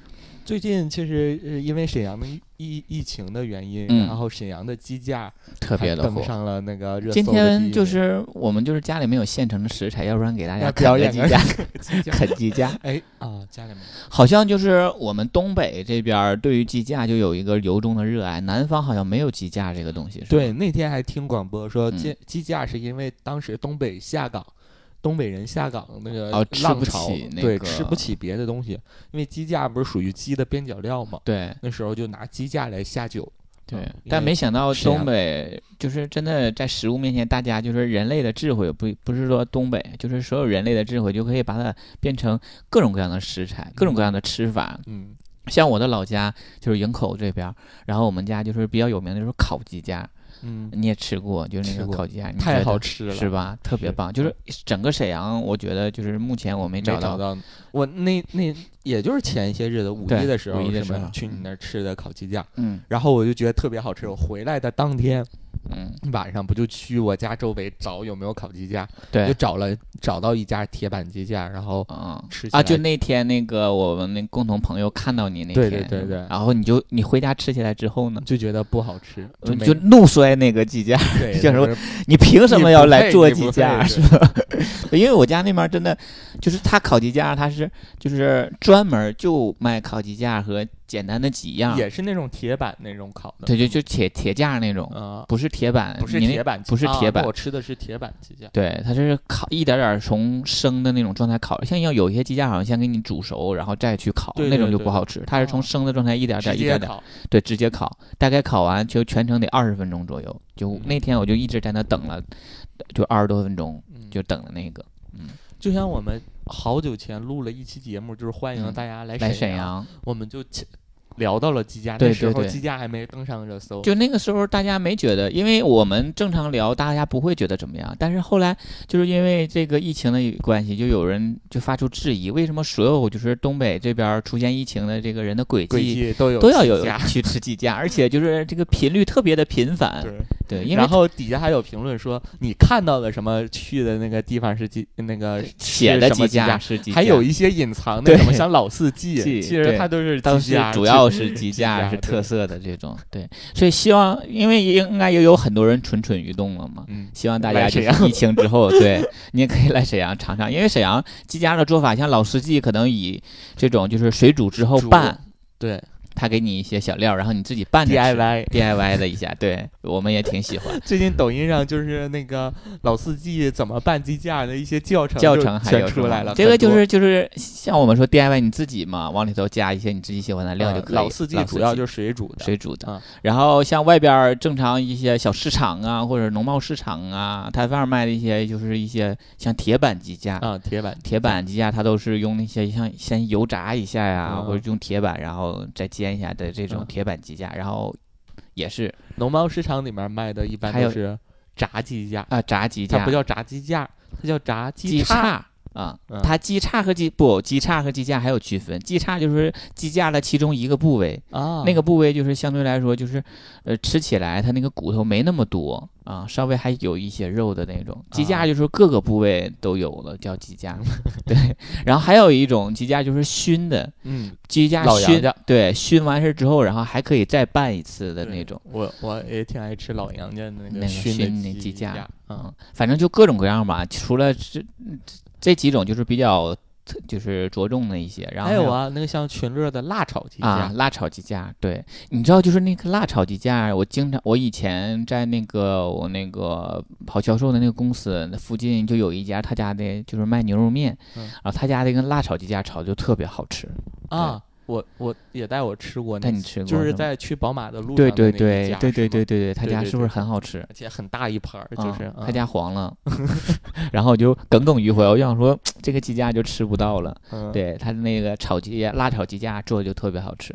S4: 最近其实呃因为沈阳的疫疫疫情的原因，
S5: 嗯
S4: 然后沈阳的鸡架
S5: 特别
S4: 还
S5: 的
S4: 登
S5: 火。
S4: 上了那个热搜
S5: 今
S4: 的第一
S5: 天就
S4: 名
S5: 是我们就是家里没有现成的食材，要不然给大家
S4: 要
S5: 啃
S4: 表
S5: 个
S4: 演
S5: 鸡
S4: 个 <laughs>
S5: 架，
S4: 鸡架
S5: 啃鸡架。
S4: 哎啊，家里面
S5: 好像就是我们东北这边儿对于鸡架就有一个由衷的热爱，南方好像没有鸡架这个东西。是吧
S4: 对，那天还听广播说
S5: 嗯
S4: 鸡鸡架是因为当时东北下岗，东北人下岗那个
S5: 哦吃
S4: 浪
S5: 不
S4: 潮
S5: 起那
S4: 对，
S5: 个
S4: 吃不起别的东西，因为鸡架不是属于鸡的边角料嘛，
S5: 对
S4: 那时候就拿鸡架来下酒。嗯
S5: 对
S4: 因，
S5: 但
S4: 为
S5: 没想到
S4: 是啊
S5: 东北就是真的在食物面前，大家就是人类的智慧，不不是说东北，就是所有人类的智慧就可以把它变成各种各样的食材，各种各样的吃法。
S4: 嗯，
S5: 像我的老家就是营口这边儿，然后我们家就是比较有名的就是烤鸡架，
S4: 嗯，
S5: 你也吃过，就是那
S4: 吃
S5: 个
S4: 过
S5: 烤鸡架，你
S4: 太
S5: 觉
S4: 好
S5: 得
S4: 吃了，
S5: 是？吧？特别
S4: 是
S5: 棒，就是整个沈阳，我觉得就是目前我没
S4: 没
S5: 找到。
S4: 到我那那也就是前一些日子五
S5: 对
S4: 一的时
S5: 五
S4: 候，
S5: 一的
S4: 什么
S5: 时候
S4: 去你那儿吃的烤鸡架，
S5: 嗯
S4: 然后我就觉得特别好吃。我回来的当天
S5: 嗯，
S4: 晚上不就去我家周围找有没有烤鸡架，就
S5: 对，
S4: 找了找到一家铁板鸡架，然后
S5: 嗯
S4: 吃起
S5: 啊，
S4: 来
S5: 就那天那个我们那共同朋友看到你那
S4: 对
S5: 天，
S4: 对对对
S5: 然后你就你回家吃起来之后呢，
S4: 就觉得不好吃，
S5: 就嗯
S4: 没
S5: 就怒摔那个鸡架， <laughs>
S4: 对，
S5: 就是
S4: 就是
S5: 你凭什么要来做鸡
S4: 你
S5: 架？
S4: 不
S5: 是
S4: 配
S5: 吧？ <laughs> 因为我家那边真的就是他烤鸡架，他是就是专门就卖烤鸡架和简单的几样，
S4: 也是那种铁板那种烤的，
S5: 对，就就铁铁架那种，
S4: 啊，
S5: 不是铁板，
S4: 不是
S5: 你那
S4: 铁板鸡，
S5: 不是
S4: 啊
S5: 铁
S4: 那
S5: 板
S4: 我吃的是铁板鸡架，
S5: 对，它是烤一点点儿从生的那种状态烤，像要有一些鸡架好像先给你煮熟，然后再去烤，
S4: 对
S5: 那种
S4: 对
S5: 就
S4: 对
S5: 不好吃。它是从
S4: 哦
S5: 生的状态一点点
S4: 直
S5: 儿一
S4: 接
S5: 点点儿，
S4: 烤，
S5: 对，直接烤，大概烤完就全程得二十分钟左右。就
S4: 嗯
S5: 那天我就一直在那等了，就二十多分钟，
S4: 嗯
S5: 就等了那个
S4: 就像我们好久前录了一期节目，就是欢迎
S5: 嗯
S4: 大家来
S5: 来
S4: 沈
S5: 沈，阳。
S4: 我们就切聊到了鸡架，
S5: 对
S4: 那时
S5: 对
S4: 候
S5: 对
S4: 鸡架还没登上热搜，
S5: 就那个时候大家没觉得，因为我们正常聊，大家不会觉得怎么样。但是后来就是因为这个疫情的关系，就有人就发出质疑：为什么所有就是东北这边儿出现疫情的这个人的轨
S4: 轨
S5: 迹
S4: 迹都有
S5: 都要有
S4: 鸡架
S5: 去吃鸡
S4: <laughs>
S5: 架，而且就是这个频率特别的频繁。
S4: 对。
S5: 对，嗯因为
S4: 然后底下还有评论说，你看到了什么去的那个地方是鸡那个
S5: 写
S4: 是
S5: 的
S4: 什么
S5: 鸡
S4: 鸡架
S5: 架是鸡架，
S4: 还有一些
S5: <laughs>
S4: 隐藏的什么，
S5: 对
S4: 像老四季，
S5: 季
S4: 其实
S5: 对
S4: 它都是
S5: 当
S4: 鸡
S5: 时
S4: 架
S5: 主要是鸡
S4: 架
S5: 架是
S4: 对
S5: 特色的这种，对，所以希望，因为应该也有很多人蠢蠢欲动了嘛。
S4: 嗯，
S5: 希望大家
S4: 来
S5: 就
S4: 沈
S5: 是疫情之后，对你也可以来沈阳尝尝，因为沈阳鸡架的做法，像老司机可能以这种就是水煮之后
S4: 煮
S5: 拌，
S4: 对
S5: 他给你一些小料，然后你自己拌着吃
S4: DIY。
S5: DIY 了一下，对我们也挺喜欢。
S4: 最近抖音上就是那个老司机怎么办鸡架的一些教程，
S5: 教程还
S4: 全
S5: 有
S4: 出
S5: 什
S4: 来
S5: 么
S4: 了。
S5: 这个
S4: 很多
S5: 就是就是像我们说 DIY 你自己嘛，往里头加一些你自己喜欢的料
S4: 呃
S5: 就可以。
S4: 老司机主要就是是水煮的，
S5: 水煮的
S4: 啊，
S5: 然后像外边儿正常一些小市场啊，或者农贸市场啊，摊贩儿卖的一些就是一些像铁板鸡架。
S4: 啊铁板
S5: 铁板鸡架，它都是用那些像先油炸一下呀，
S4: 嗯
S5: 或者用铁板，然后再煎一下的这种
S4: 嗯
S5: 铁板鸡架，然后也是
S4: 农贸市场里面卖的，一般
S5: 还有
S4: 都是炸鸡架，
S5: 啊、炸鸡
S4: 它
S5: 架
S4: 不，叫炸鸡架，它叫炸
S5: 鸡
S4: 叉。
S5: 叉，啊
S4: 嗯，
S5: 它鸡叉和鸡不鸡叉和鸡架还有区分，鸡叉就是鸡架的其中一个部位，
S4: 啊
S5: 那个部位就是相对来说就是，呃，吃起来它那个骨头没那么多啊，稍微还有一些肉的那种。鸡
S4: 啊
S5: 架就是各个部位都有了，叫鸡架。对，然后还有一种鸡架就是熏的，
S4: 嗯，
S5: 鸡架
S4: 老
S5: 熏
S4: 杨家
S5: 对，熏完事之后，然后还可以再拌一次的
S4: 对
S5: 那种。
S4: 我我也挺爱吃老杨家的那
S5: 那
S4: 个
S5: 个熏
S4: 的
S5: 的鸡架
S4: 架，嗯，
S5: 嗯，反正就各种各样吧。除了这嗯这这几种，就是比较特就是着重的一些。嗯然后
S4: 还有啊，那个像群乐的辣炒鸡
S5: 啊，
S4: 架，
S5: 辣炒鸡架，对，你知道就是那个辣炒鸡架，我经常我以前在那个我那个跑销售的那个公司附近就有一家，他家的就是卖牛肉面，
S4: 嗯
S5: 然后他家那个辣炒鸡架炒的就特别好吃，
S4: 啊，我我也带我吃过那次，
S5: 带你吃过
S4: 就是
S5: 是吗
S4: 在去宝马的路上
S5: 对对
S4: 的那一
S5: 对
S4: 家
S5: 对
S4: 是
S5: 对
S4: 吗
S5: 对对对，他
S4: 对
S5: 家
S4: 对
S5: 是不是
S4: 对
S5: 很好吃？
S4: 而且很大一盘儿，
S5: 啊
S4: 就是嗯
S5: 他家黄了， <laughs> 然后我就耿耿于怀，我就想说这个鸡架就吃不到了。
S4: 对
S5: 对他的那个炒鸡辣炒鸡架做的就特别好吃，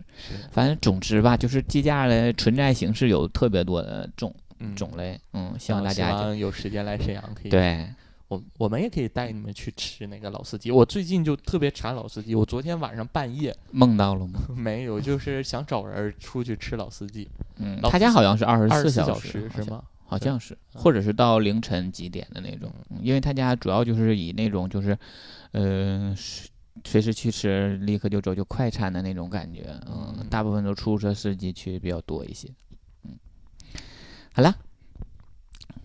S5: 反正总之吧，就是鸡架的存在形式有特别多的种。种类，嗯，希望大家就
S4: 有时间来沈阳可以，
S5: 对，
S4: 我我们也可以带你们去吃那个老司机。我最近就特别馋老司机，我昨天晚上半夜
S5: 梦到了吗？
S4: 没有，就是想找人儿出去吃老司机，
S5: 嗯，
S4: 老
S5: 他家好像是二
S4: 二
S5: 十四
S4: 十四小
S5: 时，
S4: 是
S5: 好像？
S4: 吗？
S5: 好
S4: 是
S5: 像是，
S4: 嗯
S5: 或者是到凌晨几点的那种，嗯因为他家主要就是以那种就是，呃，随随时去吃，立刻就走，就快餐的那种感觉，嗯
S4: 嗯，
S5: 大部分都出租车司机去比较多一些，嗯，好了，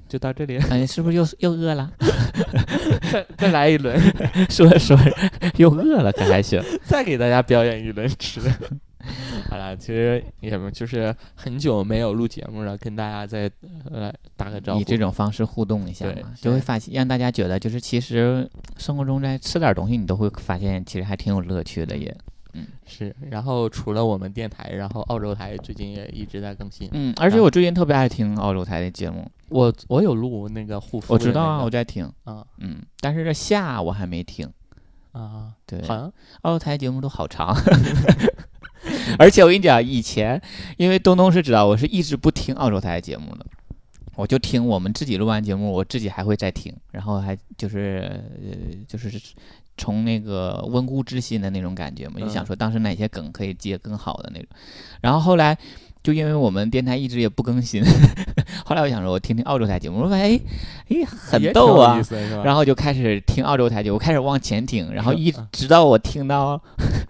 S4: 就到这里， <laughs>
S5: 哎，是不是又又饿了？ <laughs>
S4: 再再来一轮，
S5: 说着说着又饿了，可还行？
S4: 再给大家表演一轮吃 <laughs> 的。好了，其实也不就是很久没有录节目了，跟大家再呃来打个招呼。
S5: 以这种方式互动一下
S4: 对
S5: 嘛，
S4: 现
S5: 就会
S4: 在
S5: 发现让大家觉得，就是其实生活中在吃点东西，你都会发现其实还挺有乐趣
S4: 嗯
S5: 的也。
S4: 是，然后除了我们电台，然后澳洲台最近也一直在更新。
S5: 嗯，而且
S4: 啊
S5: 我最近特别爱听澳洲台的节目，
S4: 我我有录那个护肤
S5: 我
S4: 的那个，
S5: 知道啊，我在听，
S4: 啊
S5: 嗯，但是这下我还没听。
S4: 啊，
S5: 对，
S4: 好像
S5: 澳洲台节目都好长。 <laughs> 而且我跟你讲，以前因为东东是知道，我是一直不听澳洲台节目的，我就听我们自己录完节目，我自己还会再听，然后还就是呃就是从那个温故知新的那种感觉嘛，就想
S4: 嗯
S5: 说当时哪些梗可以接更好的那种。然后后来就因为我们电台一直也不更新， <laughs> 后来我想说我听听澳洲台节目，我发现哎哎
S4: 也
S5: 很
S4: 挺
S5: 逗
S4: 有
S5: 啊
S4: 意，思的是吧
S5: 然后就开始听澳洲台球，我开始往前听，然后
S4: 是
S5: 一
S4: 嗯
S5: 直到我听到 <laughs>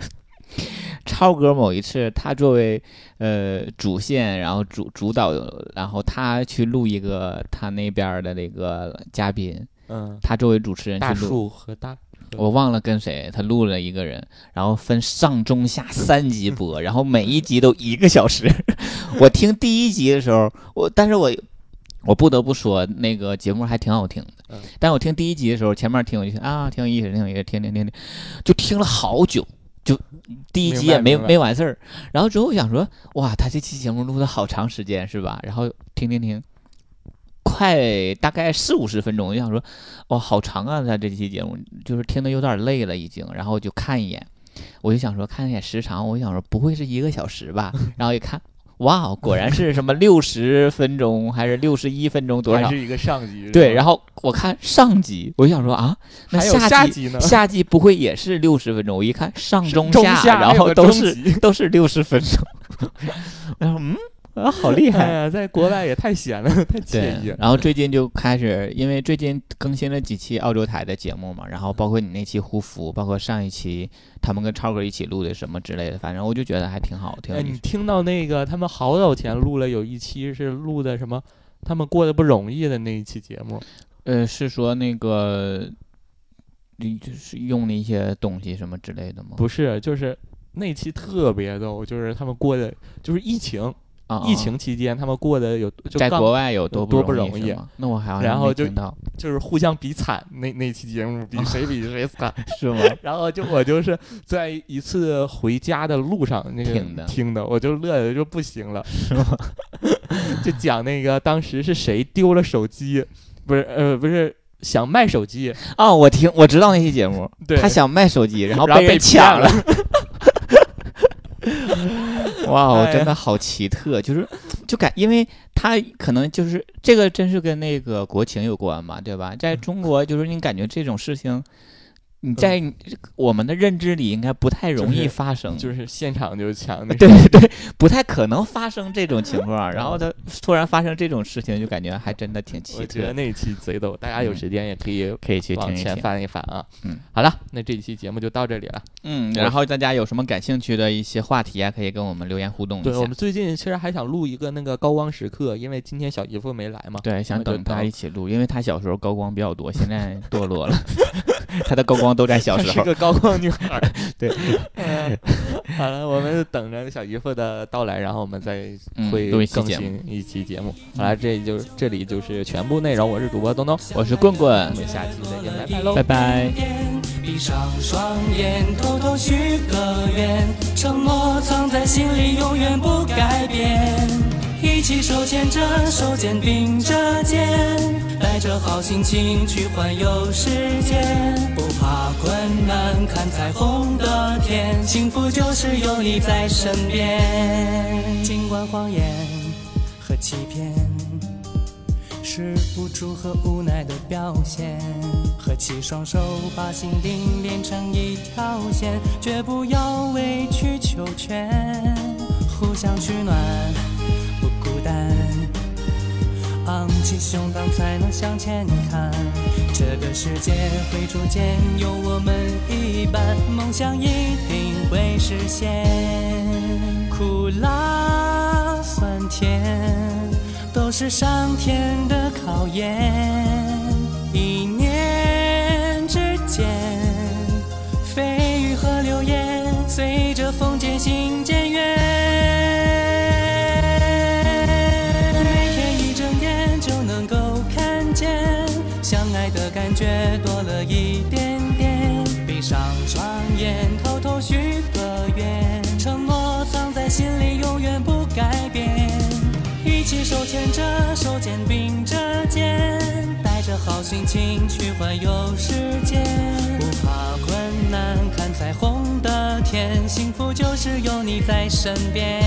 S5: 超哥某一次，他作为呃主线，然后主主导，然后他去录一个他那边儿的那个嘉宾，
S4: 嗯，
S5: 他作为主持人
S4: 大
S5: 去录，
S4: 树和大
S5: 我忘了跟谁，他录了一个人，然后分上中下三集播，然后每一集都一个小时。 <laughs> 我听第一集的时候，我但是我我不得不说，那个节目还挺好听的
S4: 嗯。
S5: 但我听第一集的时候，前面听我就想啊，挺有意思，挺有意思，听听听听，就听了好久。就第一集
S4: 明白
S5: 也没
S4: 明白
S5: 没完事儿，然后之后我想说，哇，他这期节目录了好长时间是吧？然后听听听，快大概四五十分钟，我就想说，哦，好长啊！他这期节目就是听的有点累了已经，然后就看一眼，我就想说看一眼时长，我就想说不会是一个小时吧？ <laughs> 然后一看，哇哦，果然是什么六十分钟还是六十一分钟多
S4: 还
S5: 少？
S4: 是一个上级，
S5: 对，然
S4: 后
S5: 后我看上集，我就想说啊，那
S4: 还有
S5: 下集
S4: 级呢，
S5: 下集不会也是六十分钟？我一看上中
S4: 中
S5: 下，
S4: 下还
S5: 然
S4: 有
S5: 后
S4: 个
S5: 都
S4: 中
S5: 是
S4: 级
S5: 都是六十分钟。 <laughs> 我说嗯啊， <laughs> 好厉害
S4: 哎！呀，在国外也太闲了，太
S5: 对
S4: 惬意，了。
S5: 然后最近就开始，因为最近更新了几期澳洲台的节目嘛，然后包括你那期护肤，包括上一期他们跟超哥一起录的什么之类的，反正我就觉得还挺好，挺有
S4: 哎，
S5: 意
S4: 你
S5: 思。
S4: 听到那个他们好早前录了有一期是录的什么？他们过得不容易的那一期节目，
S5: 呃，是说那个，你就是用的一些东西什么之类的吗？
S4: 不是，就是那期特别逗，就是他们过的，就是疫情，
S5: 啊，啊
S4: 疫情期间他们过得有就
S5: 在
S4: 刚
S5: 国外有多
S4: 多不容
S5: 易
S4: 易
S5: 是吗？那我好像
S4: 然后
S5: 没
S4: 就
S5: 听 <laughs> 到
S4: 就是互相比惨，那那期节目
S5: 哦
S4: 比谁比谁
S5: <laughs>
S4: 惨，
S5: 是吗？
S4: 然后就我就是在一次回家的路上那个
S5: 听的
S4: 听的，我就乐的就不
S5: <laughs>
S4: 行了，是吗？就讲那个当时是谁丢了手机，不是呃不是想卖手机，
S5: 哦，我听我知道那期节目，
S4: 对
S5: 他想卖手机，然后
S4: 然后被
S5: 人抢
S4: 骗 <laughs>
S5: 哇，我
S4: 哎呀
S5: 真的好奇特，就是就感，因为他可能就是这
S4: 嗯
S5: 个，真是跟那个国情有关嘛，对吧？在中国，就是你感觉这种事情你在你我们的认知里应该不太容
S4: 就
S5: 易
S4: 是
S5: 发 <laughs> 生，
S4: 就是现场就抢那
S5: 对
S4: 种
S5: 对对，不太可能发生这种情况。然后他突然发生这种事情，就感觉还真的挺奇
S4: 嗯我觉得
S5: 特，
S4: 那一期贼逗，大家有
S5: 嗯
S4: 时间也可以
S5: 可以去听
S4: 往
S5: 一
S4: 前
S5: 听。
S4: 翻一翻啊。
S5: 嗯，
S4: 好了，那这一期节目就到这里了。
S5: 嗯，
S4: 我
S5: 然后大家有什么感兴趣的一些话题啊，可以跟我们留言互动一
S4: 对我
S5: 下
S4: 们。最近其实还想录一个那个高光时刻，因为今天小姨夫没来嘛。
S5: 对，想
S4: 啊我就
S5: 等他
S4: 当
S5: 一起录，因为他小时候高光比较多，现在堕落
S4: <laughs>
S5: 了，他的高光都在小
S4: 她
S5: 时
S4: 是
S5: 候。
S4: 个高光女孩。
S5: <laughs> 对，
S4: <laughs> 好了，我们等着小姨夫的到来，然后我们再
S5: 嗯
S4: 会
S5: 录一期
S4: 更
S5: 节目
S4: 新一期节目。好了，这就是这里就是全部内容，我是主播东东，
S5: 我是棍棍
S4: 我，们下期再见，拜拜喽。
S5: 拜拜。
S6: 闭上双眼，偷偷许个愿，承诺藏在心里，永远不改变。一起手牵着手，肩并着肩，带着好心情去环游世界，不怕困难，看彩虹的天，幸福就是有你在身边。尽管谎言和欺骗。是付出和无奈的表现。合起双手，把心灵连成一条线，绝不要委曲求全，互相取暖，不孤单。昂起胸膛才能向前看。这个世界会逐渐有我们一半，梦想一定会实现。苦辣酸甜都是上天的考验，一念之间，蜚语和流言随着风渐行渐远。每天一睁眼就能够看见，相爱的感觉多了一点点。闭上双眼，偷偷许个愿，承诺藏在心里，永远不改变。一起手牵着手，肩并着肩，带着好心情去环游世界，不怕困难，看彩虹的天，幸福就是有你在身边。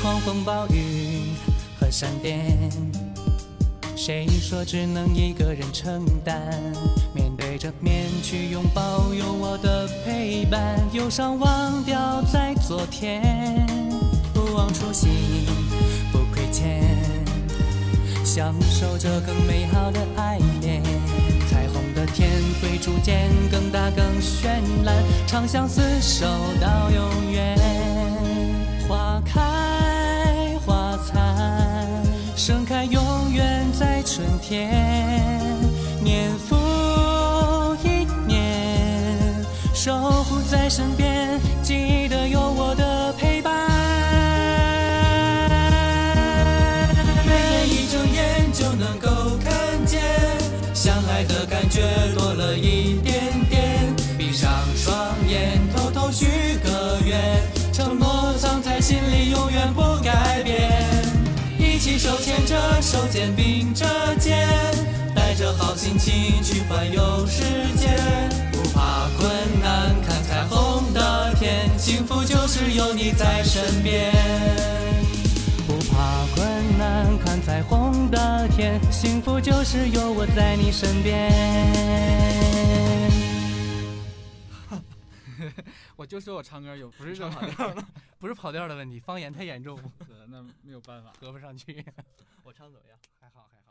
S6: 狂风暴雨和闪电，谁说只能一个人承担？面对着面去拥抱有我的陪伴，忧伤忘掉在昨天，不忘初心，不亏欠。享受着更美好的爱恋。彩虹的天会逐渐更大更绚烂，长相厮守到永远。花开花残，盛开永远在春天。年复一年，守护在身边，记得有我的陪伴。每天一睁眼就能够看见，相爱的感觉多了一点点。闭上双眼，偷偷许个愿，承诺藏在心里，永远不改变。一起手牵着手，肩并着肩，带着好心情去环游世界，不怕困难，看彩虹的天，幸福就是有你在身边。不怕困难，看彩虹的天，幸福就是有我在你身边。
S7: <laughs> 我就说我唱歌有不是正
S6: 唱跑
S7: 好
S6: 调了，不是
S7: <laughs>
S6: 跑调的问题，方言太严重，
S7: 那没有办法。
S6: 合不上去。我唱怎么样？
S7: 还好还好。